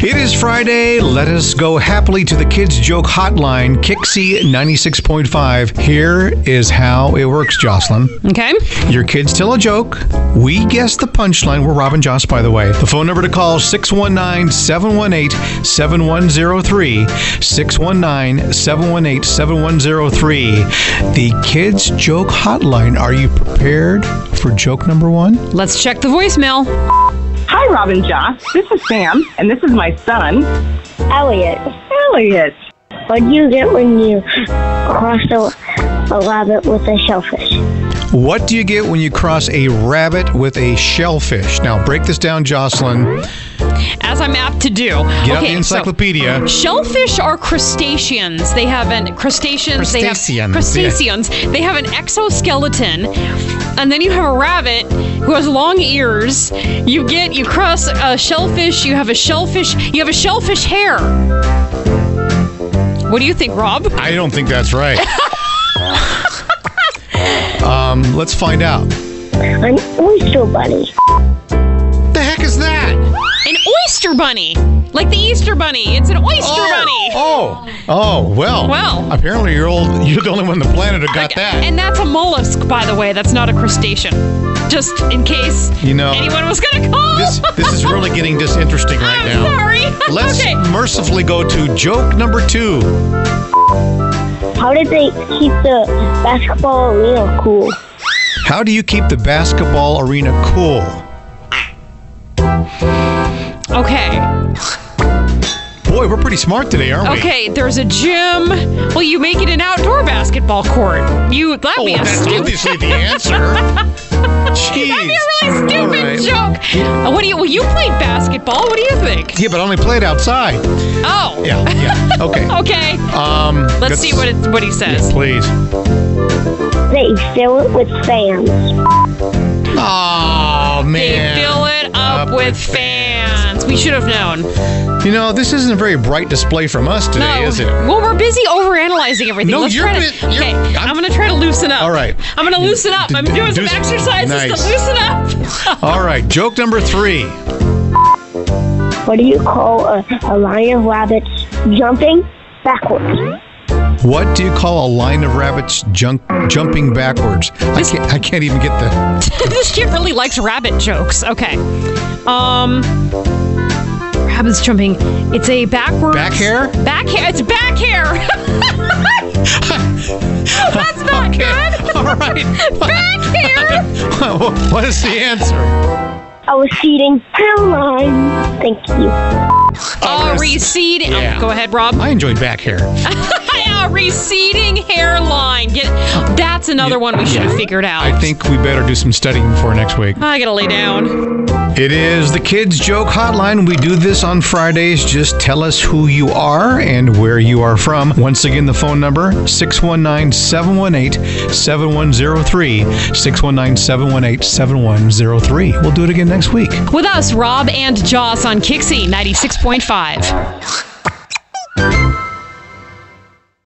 It is Friday. Let us go happily to the Kids Joke Hotline, Kixie 96.5. Here is how it works, Jocelyn. Okay. Your kids tell a joke. We guess the punchline. We're Robin Joss, by the way. The phone number to call is 619 718 7103. 619 718 7103. The Kids Joke Hotline. Are you prepared for joke number one? Let's check the voicemail. Hi, Robin Joss. This is Sam, and this is my son, Elliot, Elliot. what do you get when you cross a, a rabbit with a shellfish? What do you get when you cross a rabbit with a shellfish? Now, break this down, Jocelyn. As I'm apt to do. Get out okay, the so encyclopedia. shellfish are crustaceans. They have an crustaceans. They have Crustaceans, crustaceans. They have an exoskeleton. And then you have a rabbit who has long ears. You get you cross a shellfish, you have a shellfish, you have a shellfish hair. What do you think, Rob? I don't think that's right. um, let's find out. An oyster bunny. The heck is that? An oyster bunny. Like the Easter bunny. It's an oyster bunny. Oh, oh, well. Well. Apparently, you're old. You're the only one on the planet who got that. And that's a mollusk, by the way. That's not a crustacean. Just in case You know, anyone was gonna call. this this is really getting disinteresting right I'm now. sorry. Let's okay. mercifully go to joke number two. How did they keep the basketball arena cool? How do you keep the basketball arena cool? Okay. Boy, we're pretty smart today, aren't we? Okay. There's a gym. Well, you make it an outdoor basketball court. You that'd Oh, be well, a that's stupid. obviously the answer. Jeez. That'd be a really All stupid right. joke. Uh, What do you? Well, you played basketball. What do you think? Yeah, but I only played outside. Oh. Yeah, yeah. Okay. Okay. Um, Let's see what it, what he says. Please. They fill it with fans. Oh They man. fill it up, Up with fans. We should have known. You know, this isn't a very bright display from us today, is it? Well, we're busy overanalyzing everything. No, Let's you're try bit- to, you're- okay, I'm- I'm, gonna try to loosen up. All right. I'm gonna loosen up. D- I'm d- doing some do some- exercises nice. Uh, to loosen up. All right. Joke number three. What do you call a, a line of rabbits jumping backwards? What do you call a line of rabbits junk, jumping backwards? I can't, I can't even get the. this kid really likes rabbit jokes. Okay. Um. Rabbits jumping. It's a backwards. Back hair? Back hair. It's back hair. That's not good. All right. Back hair. what is the answer? I was feeding pound line. Thank you. Uh, rec- receding. oh, yeah. go ahead, Rob. I enjoyed back hair. A receding hairline. Get that's another one we should have figured out. I think we better do some studying before next week. I gotta lay down. It is the Kids Joke Hotline. We do this on Fridays. Just tell us who you are and where you are from. Once again, the phone number 619 718 7103. 619 718 7103. We'll do it again next week. With us, Rob and Joss on Kixie 96.5.